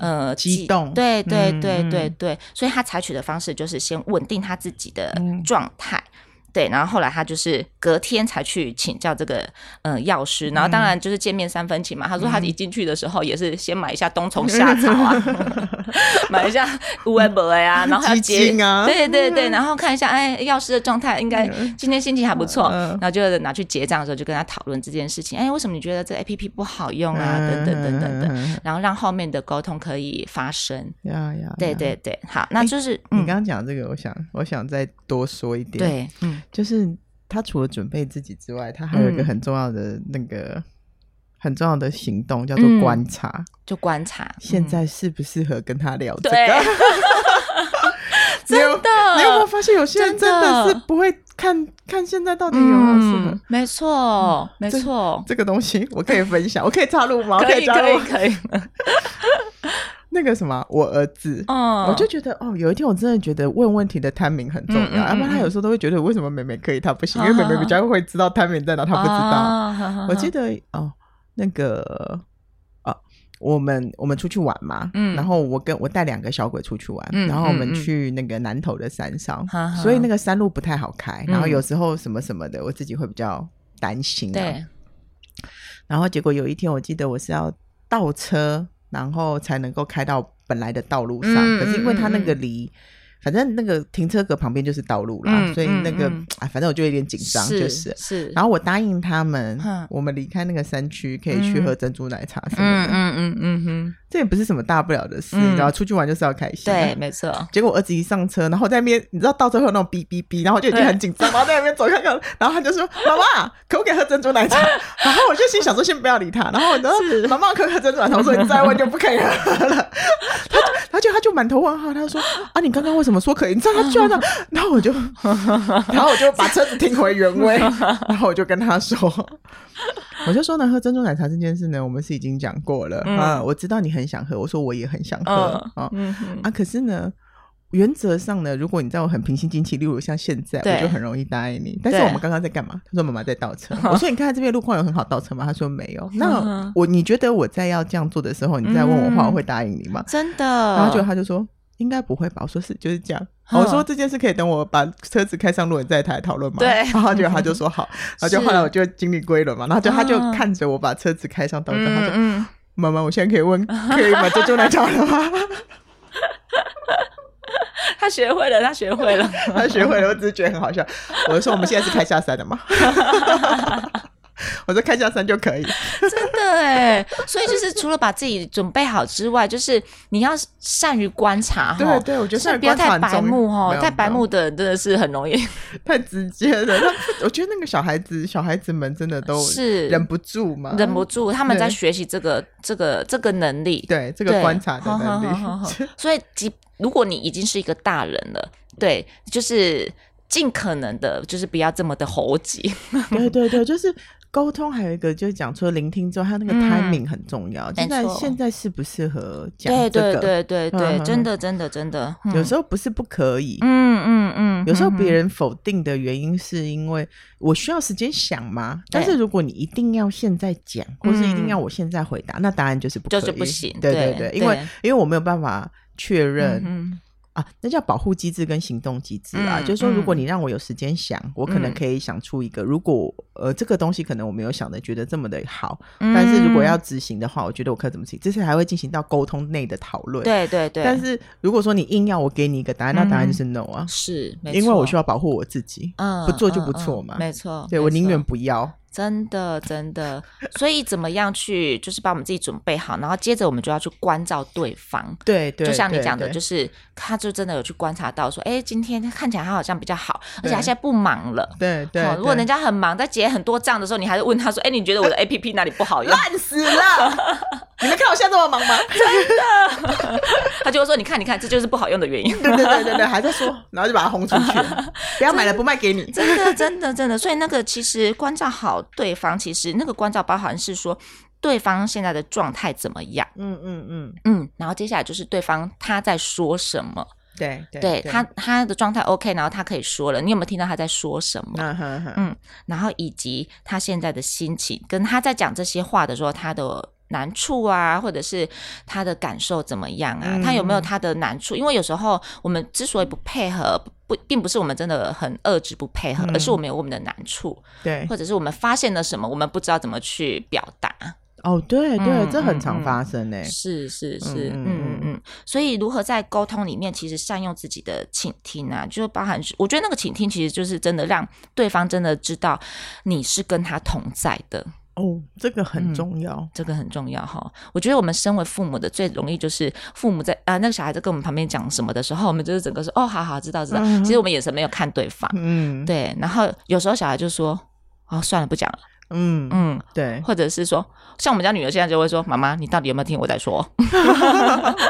Speaker 2: 呃
Speaker 1: 激动
Speaker 2: 对对
Speaker 1: 嗯
Speaker 2: 对
Speaker 1: 嗯
Speaker 2: 对对，所以他采取的方式就是先稳定他自己的
Speaker 1: 嗯
Speaker 2: 状态。对，然后后来他就是隔天才去请教这个呃药师，然后
Speaker 1: 嗯
Speaker 2: 当然就是见面三分情嘛。他说他一进去的时候也是先买一下冬虫夏 草啊， 买一下乌龟博呀，然后还要
Speaker 1: 鸡
Speaker 2: 结
Speaker 1: 精啊
Speaker 2: 对对对，然后看一下哎药师的状态，应该今天心情还不错，
Speaker 1: 嗯
Speaker 2: 然后就拿去结账的时候就跟他讨论这件事情，哎，为什么你觉得这 A P P 不好
Speaker 1: 嗯
Speaker 2: 用啊？等等等等等，
Speaker 1: 等，
Speaker 2: 然后让后面的沟通可以发生。
Speaker 1: 呀呀，
Speaker 2: 对
Speaker 1: 呀。
Speaker 2: 对对，好，那就是、
Speaker 1: 嗯哎你
Speaker 2: 嗯，
Speaker 1: 刚刚讲这个，我想我想再多说一点，，
Speaker 2: 对，嗯，
Speaker 1: 就是他除了准备自己之外，他还有一个
Speaker 2: 嗯
Speaker 1: 很重要的那个。很重要的行动叫
Speaker 2: 嗯
Speaker 1: 做观察，
Speaker 2: 就观察
Speaker 1: 现
Speaker 2: 嗯
Speaker 1: 在适不适合跟他聊这
Speaker 2: 对
Speaker 1: 个？你有
Speaker 2: 真的
Speaker 1: 你有没有发现有些人真
Speaker 2: 真的
Speaker 1: 的是不会看看现在到底有没有适合、
Speaker 2: 嗯没错，没
Speaker 1: 这
Speaker 2: 错，
Speaker 1: 这个东西？我可以分享，我可以插入吗？我
Speaker 2: 可以
Speaker 1: 插
Speaker 2: 可
Speaker 1: 入
Speaker 2: 以可以，
Speaker 1: 那个什么，我儿子。
Speaker 2: 嗯，
Speaker 1: 我就觉得哦，有一天我真的觉得问问题的 timing 很重要，
Speaker 2: 嗯嗯嗯
Speaker 1: 要不然他有时候都会觉得为什么妹妹可以，他不行，
Speaker 2: 啊
Speaker 1: 因为妹妹比较会知道 timing 在哪，他不知道。
Speaker 2: 道
Speaker 1: 我记得哦，那个哦，我们我们出去玩嘛，
Speaker 2: 嗯
Speaker 1: 然后我跟我带两个小鬼出去玩，
Speaker 2: 嗯
Speaker 1: 然后我们
Speaker 2: 嗯嗯
Speaker 1: 去那个南头的山上，
Speaker 2: 哈哈
Speaker 1: 所以那个山路不太好开，然后
Speaker 2: 嗯
Speaker 1: 有时候什么什么的，我自己会比较担心、啊。
Speaker 2: 对，
Speaker 1: 然后结果有一天，我记得我是要倒车，然后才能够开到本来的道路上。
Speaker 2: 嗯
Speaker 1: 可是因为它那个
Speaker 2: 嗯
Speaker 1: 离，反正那个停车格旁边就是道路啦，
Speaker 2: 嗯
Speaker 1: 所以那个、
Speaker 2: 嗯嗯
Speaker 1: 啊，反正我就有点紧张，就是。
Speaker 2: 是，
Speaker 1: 然后
Speaker 2: 后
Speaker 1: 我答应他们
Speaker 2: 哼，
Speaker 1: 我们离开那个山区可以去
Speaker 2: 嗯
Speaker 1: 喝珍珠奶茶什么
Speaker 2: 嗯
Speaker 1: 的，
Speaker 2: 嗯嗯嗯哼，
Speaker 1: 这也不是什么大不了的事。
Speaker 2: 嗯
Speaker 1: 然后出去玩就是要开心、啊
Speaker 2: 对，。没错，
Speaker 1: 结果我儿子一上车，然后在那边，你知道到最后那种哔哔哔，然后我就已经很紧张，然后在那边走看 看，然后他就说：“妈妈，可不可以喝珍珠奶茶？” 然后我就心想说：“先不要理他。”然后我就说：“妈妈，可不可以喝珍珠奶茶？”我说：“你再问就不 可以喝了。”他就他就他就满头问号，他就说：“啊，你刚刚为什么说可以？你知道他居然这样……” 然后我就，然后我就把车子停回原 位，然后我就跟他说。我就说呢，喝珍珠奶茶这件事呢，我们是已经讲过了、
Speaker 2: 嗯
Speaker 1: 啊。我知道你很想喝，我说我也很想喝、
Speaker 2: 嗯
Speaker 1: 啊。
Speaker 2: 嗯哼，
Speaker 1: 啊，可是呢，原则上呢，如果你在我很平心静气，例如像现在，
Speaker 2: 对
Speaker 1: 我就很容易答应你。但是
Speaker 2: 对
Speaker 1: 我们刚刚在干嘛？他说妈妈在倒 车。我说你看他这边路况有很好倒车吗？他说没有。
Speaker 2: 嗯
Speaker 1: 那
Speaker 2: 哼
Speaker 1: 我你觉得我在要这样做的时候，你再问我话，
Speaker 2: 嗯
Speaker 1: 我会答应你吗？
Speaker 2: 真的，
Speaker 1: 然后就他就说应该不会吧。我说是，就是这样。我说
Speaker 2: 嗯
Speaker 1: 这件事可以等我把车子开上路，你再来讨论嘛。
Speaker 2: 对
Speaker 1: 然后就他就说 好，然后就是后来我就经历过一轮嘛，然后就他就
Speaker 2: 啊
Speaker 1: 看着我把车子开上倒车，他说
Speaker 2: 嗯嗯，
Speaker 1: 妈妈，我现在可以问，可以买珍珠奶茶了吗？
Speaker 2: 他学会了，他学会了，
Speaker 1: 他学会了，我只是觉得很好笑。我就说我们现在是开下山的 嘛，我说开下山就可以。
Speaker 2: 真的哎，所以就是除了把自己准备好之外，就是你要善于观察哈，
Speaker 1: 对对我觉得
Speaker 2: 是
Speaker 1: 善于
Speaker 2: 不要
Speaker 1: 哦观察
Speaker 2: 太
Speaker 1: 很重
Speaker 2: 白目
Speaker 1: 要没
Speaker 2: 哦，
Speaker 1: 有
Speaker 2: 太白目的人真的是很容易
Speaker 1: 太直接了。他我觉得那个小孩子、小孩子们真的都
Speaker 2: 是
Speaker 1: 忍不住嘛，
Speaker 2: 忍不住，他们在
Speaker 1: 对
Speaker 2: 学习这个这个这个能力，
Speaker 1: 对这个观察的
Speaker 2: 好
Speaker 1: 能
Speaker 2: 好好好
Speaker 1: 力
Speaker 2: 好。所以，即如果你已经是一个大人了，对，就是尽可能的，就是不要这么的猴急。
Speaker 1: 对对对，就是沟通还有一个就是讲，除了聆听之后，他那个
Speaker 2: 嗯
Speaker 1: timing 很重要。现在
Speaker 2: 没错
Speaker 1: 现在适不适合讲
Speaker 2: 对
Speaker 1: 这
Speaker 2: 对
Speaker 1: 个？
Speaker 2: 对对
Speaker 1: 嗯
Speaker 2: 对
Speaker 1: 嗯，
Speaker 2: 真的真的真的。嗯
Speaker 1: 有时候不是不可以，
Speaker 2: 嗯嗯嗯，
Speaker 1: 有时候别
Speaker 2: 人
Speaker 1: 人否定的原因是因为我需要时间想嘛，但是
Speaker 2: 对嗯
Speaker 1: 如果你一定要现在讲，或是一定要我现在回答，那答案就是不
Speaker 2: 就是
Speaker 1: 可以
Speaker 2: 不行
Speaker 1: 对对
Speaker 2: 对，
Speaker 1: 因为
Speaker 2: 对
Speaker 1: 因为我没有办法确认、
Speaker 2: 嗯
Speaker 1: 啊，那叫保护机制跟行动机制啊。
Speaker 2: 嗯
Speaker 1: 就是说，如果
Speaker 2: 嗯
Speaker 1: 你让我有时间想，我可能
Speaker 2: 嗯
Speaker 1: 可以想出一个，如果呃这个东西可能我没有想的觉得这么的好，
Speaker 2: 嗯
Speaker 1: 但是如果要执行的话，我觉得我可以怎么行，这是还会进行到沟通内的讨论。。
Speaker 2: 对嗯对对，
Speaker 1: 但是如果说你硬要我给你一个答案，那答案就是 no 啊。
Speaker 2: 是
Speaker 1: 因为我需
Speaker 2: 要
Speaker 1: 要保护我自己，
Speaker 2: 嗯
Speaker 1: 不做就
Speaker 2: 嗯
Speaker 1: 不
Speaker 2: 嗯
Speaker 1: 错嘛。
Speaker 2: 没错，
Speaker 1: 对
Speaker 2: 没
Speaker 1: 我宁
Speaker 2: 错
Speaker 1: 愿不要。
Speaker 2: 真的，真的，所以怎么样去，就是把我们自己准备好，然后接着我们就要去关照对方。
Speaker 1: 对对，
Speaker 2: 就像你
Speaker 1: 对
Speaker 2: 讲的，就
Speaker 1: 对
Speaker 2: 是他就真的有去观察到说，哎，今天看起来他好像比较好，而且
Speaker 1: 对
Speaker 2: 他现在不忙了。
Speaker 1: 对对
Speaker 2: 哦，如果
Speaker 1: 对
Speaker 2: 人家很忙，在结很多账的时候，你还是问他说，哎，你觉得我的 A P P 哪里不好用？
Speaker 1: 烂死了，你们看我现在这么忙吗？
Speaker 2: 他就会说，你看，你看，这就是不好用的原因。
Speaker 1: 对对对对对，还在说，然后就把它轰出去 了，不要买了，不卖给你。
Speaker 2: 真的，真的，真的。所以那个其实关照好对方，其实那个关照包含是说对方现在的状态怎么样，
Speaker 1: 嗯嗯嗯，
Speaker 2: 嗯，然后接下来就是对方他在说什么。
Speaker 1: 对对
Speaker 2: 对他他的状态 OK，然后他可以说了，你有没有听到他在说什么？
Speaker 1: 嗯哼哼
Speaker 2: 嗯然后以及他现在的心情，跟他在讲这些话的时候，他的难处啊，或者是他的感受怎么样啊，他有没有他的难处？因为有时候我们之所以不配合，不并不是我们真的很遏制不配合，而是我们有我们的难处，
Speaker 1: 对，
Speaker 2: 或者是我们发现了什么，我们不知道怎么去表达。
Speaker 1: 哦，对对，
Speaker 2: 嗯
Speaker 1: 这很
Speaker 2: 嗯
Speaker 1: 常
Speaker 2: 嗯
Speaker 1: 发生欸诶。
Speaker 2: 是是
Speaker 1: 嗯
Speaker 2: 是，
Speaker 1: 嗯嗯
Speaker 2: 嗯嗯嗯。所以如何在沟通里面，其实善用自己的倾听啊，就包含我觉得那个倾听其实就是真的让对方真的知道你是跟他同在的，
Speaker 1: 哦，这个很
Speaker 2: 嗯
Speaker 1: 重要。
Speaker 2: 这个很重要哈。我觉得我们身为父母的最容易就是父母在啊、那个小孩在跟我们旁边讲什么的时候，我们就是整个说哦，好好知道知道。
Speaker 1: 嗯
Speaker 2: 其实我们眼神没有看对方，
Speaker 1: 嗯，
Speaker 2: 对。然后有时候小孩就说哦，算了，不讲了，
Speaker 1: 嗯，
Speaker 2: 嗯，
Speaker 1: 对，
Speaker 2: 或者是说，像我们家女儿现在就会说：“妈妈，你到底有没有听我在说？”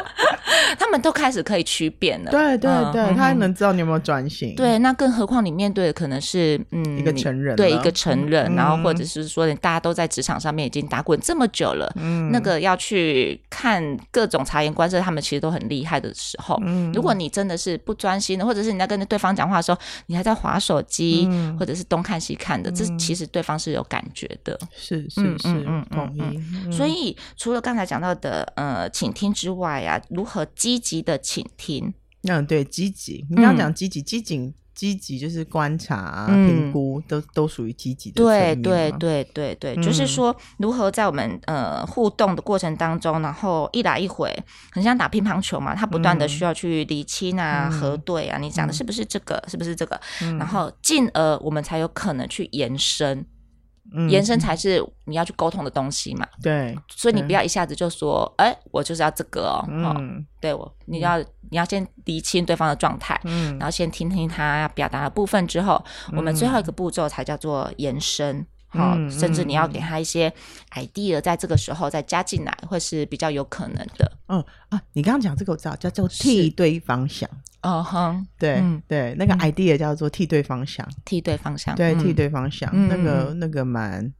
Speaker 2: 他们都开始可以区辨了。
Speaker 1: 对对
Speaker 2: 嗯
Speaker 1: 对，
Speaker 2: 嗯
Speaker 1: 他还
Speaker 2: 嗯
Speaker 1: 能知道你有没有专心。
Speaker 2: 对，那更何况你面对的可能是嗯
Speaker 1: 一个成人
Speaker 2: 对一
Speaker 1: 了
Speaker 2: 个成人，
Speaker 1: 嗯
Speaker 2: 然后或者是说大家都在职场上面已经打滚这么久了，
Speaker 1: 嗯，
Speaker 2: 那个要去看各种察言观色，他们其实都很厉害的时候。
Speaker 1: 嗯，
Speaker 2: 如果你真的是不专心的，或者是你在跟对方讲话的时候，你还在划手机，
Speaker 1: 嗯
Speaker 2: 或者是东看西看的，这
Speaker 1: 嗯
Speaker 2: 其实对方是有感觉的。
Speaker 1: 是是
Speaker 2: 嗯
Speaker 1: 是
Speaker 2: 嗯嗯，嗯
Speaker 1: 同意。嗯
Speaker 2: 所以除了刚才讲到的呃倾听之外啊，如何积极的倾听？
Speaker 1: 嗯，对，积极。你刚刚
Speaker 2: 嗯
Speaker 1: 讲积极，积极，积极就是观察啊、
Speaker 2: 嗯
Speaker 1: 评估，都都属于积极的层
Speaker 2: 对
Speaker 1: 面
Speaker 2: 对
Speaker 1: 嘛。
Speaker 2: 对对对，
Speaker 1: 嗯
Speaker 2: 就是说如何在我们呃互动的过程当中，然后一来一回，很像打乒乓球嘛，他不断的需要去理清啊、
Speaker 1: 嗯
Speaker 2: 核对啊，你讲的是不是这个，是不是这个，
Speaker 1: 嗯
Speaker 2: 然后进而我们才有可能去延伸，
Speaker 1: 嗯
Speaker 2: 延伸才是你要去沟通的东西嘛。
Speaker 1: 对，
Speaker 2: 所以你
Speaker 1: 对
Speaker 2: 不要一下子就说，哎，我就是要这个哦，哦
Speaker 1: 嗯
Speaker 2: 对我，你要你要先理清对方的状态。
Speaker 1: 嗯
Speaker 2: 然后先听听他表达的部分之后，我们最后一个步骤才叫做延伸。好、
Speaker 1: 嗯
Speaker 2: 甚至你要
Speaker 1: 嗯
Speaker 2: 给他一些 idea，在这个时候再加进来，会是比较有可能的。
Speaker 1: 嗯啊，你刚刚讲这个我知道，叫做替对方想。
Speaker 2: 嗯哼，
Speaker 1: 对
Speaker 2: 嗯
Speaker 1: 对，那个
Speaker 2: 嗯
Speaker 1: idea 叫做替对方想，
Speaker 2: 替对方向，
Speaker 1: 对，
Speaker 2: 嗯
Speaker 1: 替，对方想，
Speaker 2: 嗯
Speaker 1: 那个那个蛮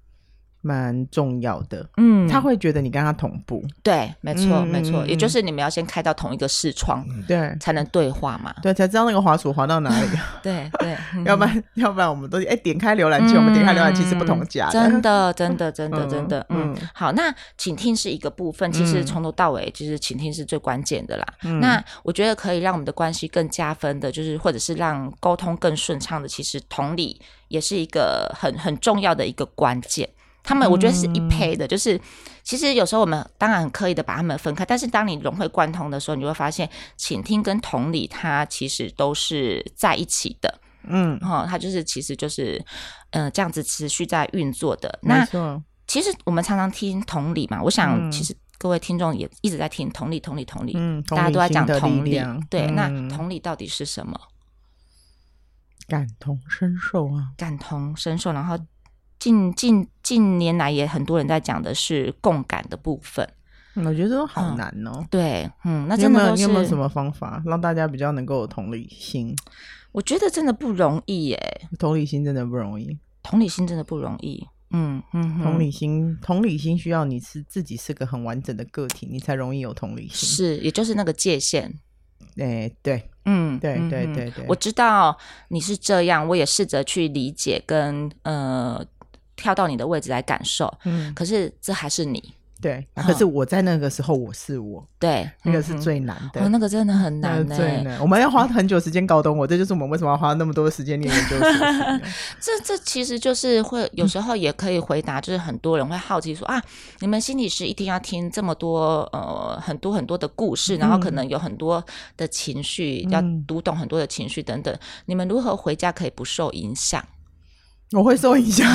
Speaker 1: 蛮重要的。
Speaker 2: 嗯，
Speaker 1: 他会觉得你跟他同步，
Speaker 2: 对，没错，
Speaker 1: 嗯
Speaker 2: 没错，
Speaker 1: 嗯
Speaker 2: 也就是你们要先开到同一个视窗，
Speaker 1: 对
Speaker 2: 才能对话嘛。
Speaker 1: 对，才知道那个滑鼠滑到哪里。
Speaker 2: 对对，嗯嗯
Speaker 1: 要不然要不然我们都哎点开浏览器，我们点开浏览器是不同家
Speaker 2: 真的，真 的，真的，真的，
Speaker 1: 嗯
Speaker 2: 嗯，好，那倾听是一个部分，其实
Speaker 1: 嗯
Speaker 2: 从头到尾，其实倾听是最关键的啦。
Speaker 1: 嗯
Speaker 2: 那我觉得可以让我们的关系更加分的，就是或者是让沟通更顺畅的，其实同理也是一个很很重要的一个关键。他们我觉得是一配
Speaker 1: 嗯
Speaker 2: 的，就是其实有时候我们当然很刻意的把他们分开，但是当你融会贯通的时候，你就会发现倾听跟同理它其实都是在一起的。
Speaker 1: 嗯，
Speaker 2: 哦，它就是其实就是，呃，这样子持续在运作的。
Speaker 1: 没
Speaker 2: 那
Speaker 1: 错，
Speaker 2: 其实我们常常听同理嘛，我
Speaker 1: 嗯
Speaker 2: 想其实各位听众也一直在听同理，同理，同理，
Speaker 1: 嗯，
Speaker 2: 大家都在讲
Speaker 1: 同
Speaker 2: 同
Speaker 1: 理心的力量，
Speaker 2: 对，那
Speaker 1: 嗯
Speaker 2: 同理到底是什么？
Speaker 1: 感同身受啊，
Speaker 2: 感同身受，然后近近近年来也很多人在讲的是共感的部分。
Speaker 1: 嗯我觉得这种好难哦。
Speaker 2: 对，嗯，那
Speaker 1: 你有
Speaker 2: 真
Speaker 1: 没
Speaker 2: 的
Speaker 1: 有
Speaker 2: 都
Speaker 1: 你
Speaker 2: 是，
Speaker 1: 有没有什么方法让大家比较能够有同理心？
Speaker 2: 我觉得真的不容易耶，
Speaker 1: 同理心真的不容易，
Speaker 2: 同理心真的不容易。嗯嗯，嗯
Speaker 1: 同理心同理心需要你是自己是个很完整的个体，你才容易有同理心。
Speaker 2: 是，也就是那个界限，
Speaker 1: 哎，对，
Speaker 2: 嗯，
Speaker 1: 对
Speaker 2: 嗯
Speaker 1: 对
Speaker 2: 嗯
Speaker 1: 对对
Speaker 2: 我知道你是这样，我也试着去理解跟呃跳到你的位置来感受，
Speaker 1: 嗯，
Speaker 2: 可是这还是你，
Speaker 1: 对。啊
Speaker 2: 嗯
Speaker 1: 可是我在那个时候我是我，
Speaker 2: 对，
Speaker 1: 那个
Speaker 2: 嗯
Speaker 1: 是
Speaker 2: 哼
Speaker 1: 最难的
Speaker 2: 哦，。那个真的很
Speaker 1: 那
Speaker 2: 难欸
Speaker 1: 个
Speaker 2: 呢、
Speaker 1: 最难，我们要花很久时间搞懂我，这就是我们为什么要花那么多时间念研究 所需的。
Speaker 2: 这这其实就是会有时候也可以回答，就是很多人会好奇说啊，你们心理师一定要听这么多呃很多很多的故事，然后可能有很多的情绪，要
Speaker 1: 嗯
Speaker 2: 读懂很多的情绪等等，你们如何回家可以不受影响？
Speaker 1: 我会受 影响，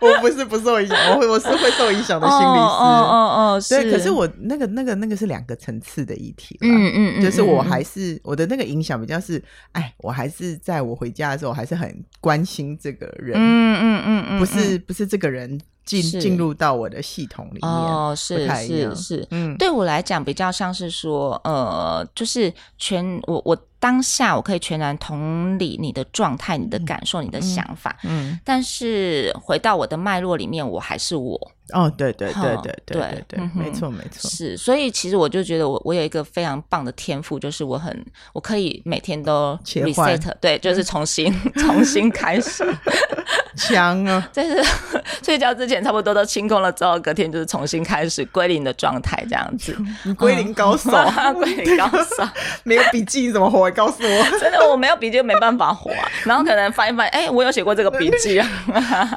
Speaker 1: 我不是不受影响，我会我是会受影响的心理师。
Speaker 2: 哦哦哦，
Speaker 1: 对，
Speaker 2: 是，
Speaker 1: 可是我那个那个那个是两个层次的议题啦。
Speaker 2: 嗯嗯嗯，
Speaker 1: 就是我
Speaker 2: 嗯嗯
Speaker 1: 还是我的那个影响比较是，哎，我还是在我回家的时候，我还是很关心这个人，
Speaker 2: 嗯嗯嗯嗯，
Speaker 1: 不是
Speaker 2: 嗯
Speaker 1: 不是这个人进
Speaker 2: 是
Speaker 1: 进入到我的系统里面。
Speaker 2: 哦，
Speaker 1: 不
Speaker 2: 是
Speaker 1: 太一样
Speaker 2: 是是，
Speaker 1: 嗯，
Speaker 2: 对我来讲比较像是说，呃，就是全我我当下我可以全然同理你的状态、你的感受、你的想法，
Speaker 1: 嗯
Speaker 2: 但是回到我的脉络里面，我还是我，
Speaker 1: 哦，对对对
Speaker 2: 哈
Speaker 1: 对对对
Speaker 2: 对
Speaker 1: 对
Speaker 2: 嗯，哼
Speaker 1: 没错没错，
Speaker 2: 是，所以其实我就觉得我我有一个非常棒的天赋，就是我很我可以每天都
Speaker 1: 切换嗯
Speaker 2: reset，对，就是重新 重新开始。
Speaker 1: 强啊！
Speaker 2: 但是 睡觉之前差不多都清空了之后，隔天就是重新开始归零的状态这样子。
Speaker 1: 你归零高手，
Speaker 2: 嗯 归零高手，
Speaker 1: 没有笔记你怎么活？告诉我，
Speaker 2: 真的我没有笔记就没办法活啊。然后可能翻一翻，哎、我有写过这个笔记啊。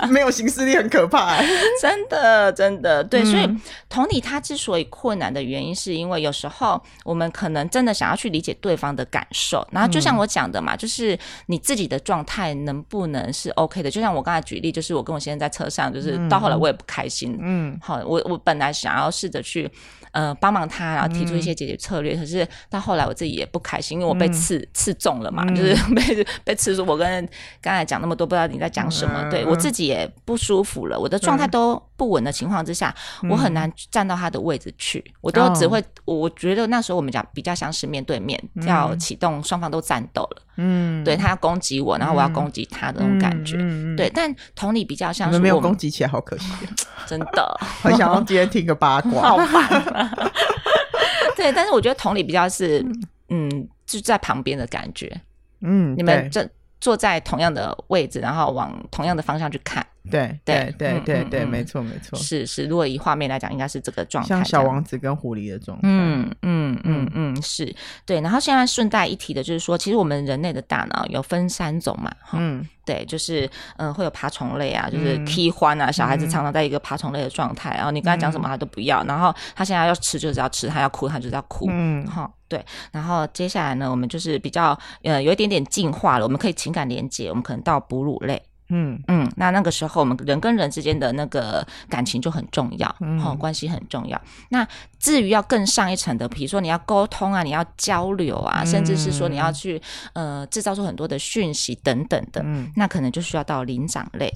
Speaker 1: 没有行事力很可怕欸。
Speaker 2: 真的，真的，对，所以同理，它之所以困难的原因，是因为有时候我们可能真的想要去理解对方的感受，然后就像我讲的嘛，就是你自己的状态能不能是 OK 的？就像我刚才举例，就是我跟我先生在车上，就是到后来我也不开心，
Speaker 1: 嗯，
Speaker 2: 好，我我本来想要试着去呃帮忙他，然后提出
Speaker 1: 嗯
Speaker 2: 一些解决策略，可是到后来我自己也不开心，因为我被刺、刺中了嘛，就是
Speaker 1: 嗯
Speaker 2: 被被刺说，我跟刚才讲那么多，不知道你在讲什么，
Speaker 1: 嗯
Speaker 2: 对我自己也不舒服了，我的状态都不稳的情况之下，我
Speaker 1: 嗯
Speaker 2: 很难站到他的位置去，我
Speaker 1: 哦
Speaker 2: 都只会，我我觉得那时候我们讲比较像是面对面，要启动双方都战斗了，
Speaker 1: 嗯，
Speaker 2: 对他要攻击我，然后我要攻击他的那种感觉。
Speaker 1: 嗯，嗯嗯
Speaker 2: 对，但同理比较
Speaker 1: 你
Speaker 2: 像是
Speaker 1: 们没有
Speaker 2: 我们
Speaker 1: 攻击起来，好 可惜啊。
Speaker 2: 真的，
Speaker 1: 很想要今天听个八卦，
Speaker 2: 好烦、啊。 对，但是我觉得同理比较是，嗯，就在旁边的感觉，
Speaker 1: 嗯，
Speaker 2: 你们这坐在同样的位置，然后往同样的方向去看，
Speaker 1: 对对对对
Speaker 2: 对嗯
Speaker 1: 对，
Speaker 2: 嗯嗯
Speaker 1: 没错没错，
Speaker 2: 是啊是。如果以画面来讲，应该是这个状态这
Speaker 1: 像
Speaker 2: 样。
Speaker 1: 小王子跟狐狸的状态，
Speaker 2: 嗯嗯嗯嗯，是对。然后现在顺带一提的就是说，其实我们人类的大脑有分三种嘛，哈、
Speaker 1: 嗯
Speaker 2: 对，就是嗯、呃会有爬虫类啊，就是
Speaker 1: 嗯
Speaker 2: K 欢啊，小孩子常常在一个爬虫类的状态，然后你跟他讲什
Speaker 1: 嗯
Speaker 2: 么他都不要，然后他现在要吃就是要吃，他要哭他就是要哭，
Speaker 1: 嗯
Speaker 2: 好、对，然后接下来呢，我们就是比较呃有一点点进化了，我们可以情感连接，我们可能到哺乳类，
Speaker 1: 嗯
Speaker 2: 嗯，那那个时候我们人跟人之间的那个感情就很重要，
Speaker 1: 嗯
Speaker 2: 哦，关系很重要。那至于要更上一层的，比如说你要沟通啊，你要交流啊，
Speaker 1: 嗯
Speaker 2: 甚至是说你要去呃制造出很多的讯息等等的，
Speaker 1: 嗯
Speaker 2: 那可能就需要到灵长类。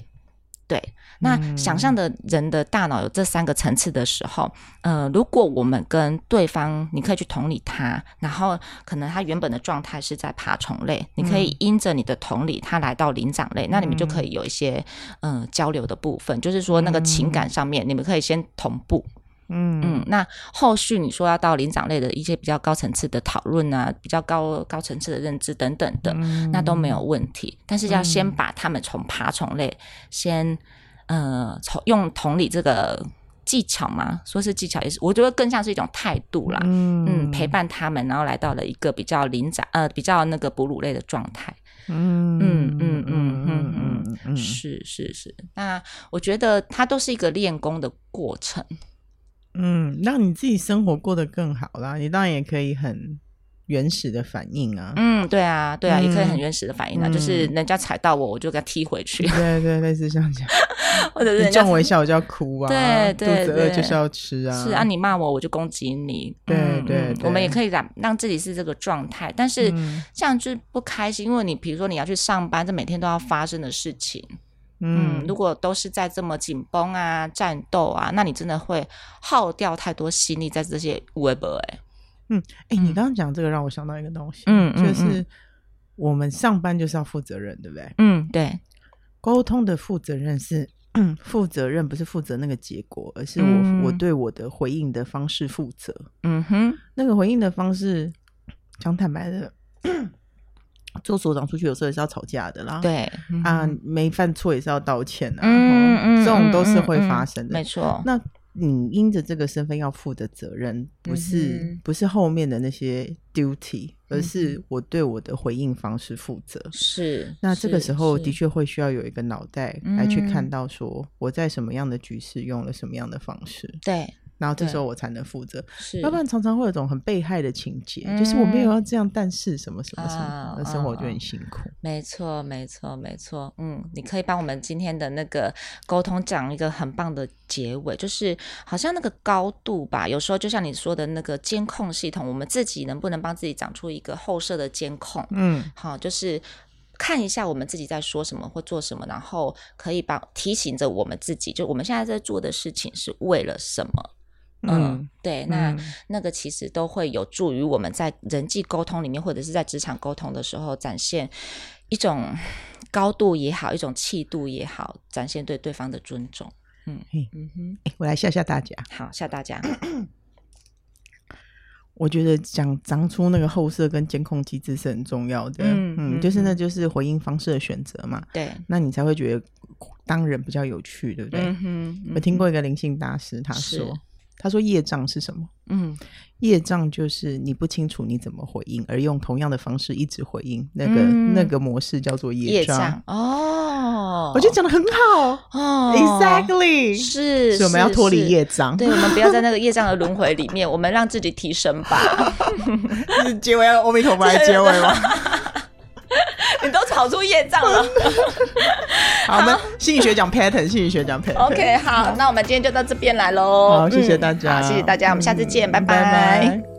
Speaker 2: 对，那想象的人的大脑有这三个层次的时候，呃，如果我们跟对方，你可以去同理他，然后可能他原本的状态是在爬虫类，你可以因着你的同理，他来到灵长类，那你们就可以有一些呃交流的部分，就是说那个情感上面，你们可以先同步，
Speaker 1: 嗯
Speaker 2: 嗯，那后续你说要到灵长类的一些比较高层次的讨论啊，比较高高层次的认知等等
Speaker 1: 嗯
Speaker 2: 的，那都没有问题。但是要先把他们从爬虫类先呃，从用同理这个技巧嘛，说是技巧也是，我觉得更像是一种态度啦。嗯，陪伴他们，然后来到了一个比较灵长呃比较那个哺乳类的状态。
Speaker 1: 嗯
Speaker 2: 嗯嗯嗯嗯嗯
Speaker 1: 嗯
Speaker 2: 是是是，那我觉得它都是一个练功的过程。
Speaker 1: 嗯，让你自己生活过得更好啦，你当然也可以很原始的反应啊，
Speaker 2: 嗯，对啊，对啊，也可以很
Speaker 1: 嗯
Speaker 2: 原始的反应啊，就是人家踩到我，我就给他踢回去，
Speaker 1: 对对，类似像这样，
Speaker 2: 或者是
Speaker 1: 嗯你
Speaker 2: 人家
Speaker 1: 撞我一下我就要哭啊，
Speaker 2: 对对
Speaker 1: 肚子饿
Speaker 2: 对
Speaker 1: 就是要吃啊，
Speaker 2: 是啊，你骂我，我就攻击你。
Speaker 1: 对
Speaker 2: 嗯
Speaker 1: 对
Speaker 2: 嗯
Speaker 1: 对
Speaker 2: 我们也可以让让自己是这个状态，但是
Speaker 1: 嗯
Speaker 2: 这样就是不开心，因为你比如说你要去上班，这每天都要发生的事情，嗯，
Speaker 1: 嗯
Speaker 2: 如果都是在这么紧绷啊、战斗啊，那你真的会耗掉太多心力在这些 web 哎，
Speaker 1: 嗯，哎，你
Speaker 2: 嗯
Speaker 1: 刚刚讲这个让我想到一个东西，
Speaker 2: 嗯嗯
Speaker 1: 就
Speaker 2: 嗯
Speaker 1: 是我们上班就是要负责任，对不对？
Speaker 2: 嗯，对，
Speaker 1: 沟通的负责任是 负责任，不是负责那个结果，而是我、
Speaker 2: 嗯
Speaker 1: 我对我的回应的方式负责。
Speaker 2: 嗯哼，
Speaker 1: 那个回应的方式，讲坦白的， 做所长出去有时候也是要吵架的啦。。
Speaker 2: 对，嗯
Speaker 1: 啊，没犯错也是要道歉啊，
Speaker 2: 嗯
Speaker 1: 吼
Speaker 2: 嗯，
Speaker 1: 这种都是
Speaker 2: 嗯
Speaker 1: 会
Speaker 2: 嗯
Speaker 1: 发生的。
Speaker 2: 没错，
Speaker 1: 那你因着这个身份要负的责任，不是、
Speaker 2: 嗯哼
Speaker 1: 不是后面的那些 duty，而
Speaker 2: 嗯
Speaker 1: 是我对我的回应方式负责。
Speaker 2: 是。
Speaker 1: 那这个
Speaker 2: 是
Speaker 1: 时候的
Speaker 2: 是
Speaker 1: 确会需要有一个脑袋来去看
Speaker 2: 嗯
Speaker 1: 到说我在什么样的局势用了什么样的方式，
Speaker 2: 对，
Speaker 1: 然后这
Speaker 2: 对
Speaker 1: 时候我才能负责，
Speaker 2: 是，嗯
Speaker 1: 要不然常常会有种很被害的情节，就是我没有要这样，但是什么什么什么
Speaker 2: 啊，
Speaker 1: 那生活
Speaker 2: 啊
Speaker 1: 就很
Speaker 2: 啊
Speaker 1: 辛苦。
Speaker 2: 没错，没错，没错。嗯，你可以帮我们今天的那个沟通讲一个很棒的结尾，就是好像那个高度吧，有时候就像你说的那个监控系统，我们自己能不能帮自己长出一个后设的监控？
Speaker 1: 嗯
Speaker 2: 好，就是看一下我们自己在说什么或做什么，然后可以把提醒着我们自己，就我们现在在做的事情是为了什么。嗯，
Speaker 1: 嗯
Speaker 2: 对，那、
Speaker 1: 嗯
Speaker 2: 那个其实都会有助于我们在人际沟通里面，或者是在职场沟通的时候，展现一种高度也好，一种气度也好，展现对对方的尊重。嗯
Speaker 1: 嘿
Speaker 2: 嗯哼，
Speaker 1: 哎我来吓吓大家，
Speaker 2: 好吓大家。
Speaker 1: 我觉得讲长出那个后摄跟监控机制是很重要的。嗯，
Speaker 2: 嗯嗯
Speaker 1: 就是那就是回应方式的选择嘛，
Speaker 2: 对，
Speaker 1: 那你才会觉得当人比较有趣， 对不对？
Speaker 2: 嗯哼，嗯
Speaker 1: 我听过一个灵性大师他
Speaker 2: 是
Speaker 1: 说，他说业障是什么？
Speaker 2: 嗯
Speaker 1: 业障就是你不清楚你怎么回应，而用同样的方式一直回应，那个、
Speaker 2: 嗯
Speaker 1: 那个模式叫做
Speaker 2: 业
Speaker 1: 障。
Speaker 2: 障哦，
Speaker 1: 我觉得讲的很好、
Speaker 2: 哦
Speaker 1: e x a c t l y
Speaker 2: 是，
Speaker 1: 所以我们要
Speaker 2: 是
Speaker 1: 脱离。业
Speaker 2: 是
Speaker 1: 障。
Speaker 2: 对，我们不要在那个业障的轮回里面，我们让自己提升吧。
Speaker 1: 是结尾要欧米陀佛来结尾吗？
Speaker 2: 你都跑出业障了。
Speaker 1: 好，我们心理学讲 pattern，心理学讲 pattern。
Speaker 2: OK，好，那我们今天就到这边来喽。
Speaker 1: 哦嗯好谢谢大家嗯
Speaker 2: 好，谢谢大家，我们下次见，拜
Speaker 1: 拜拜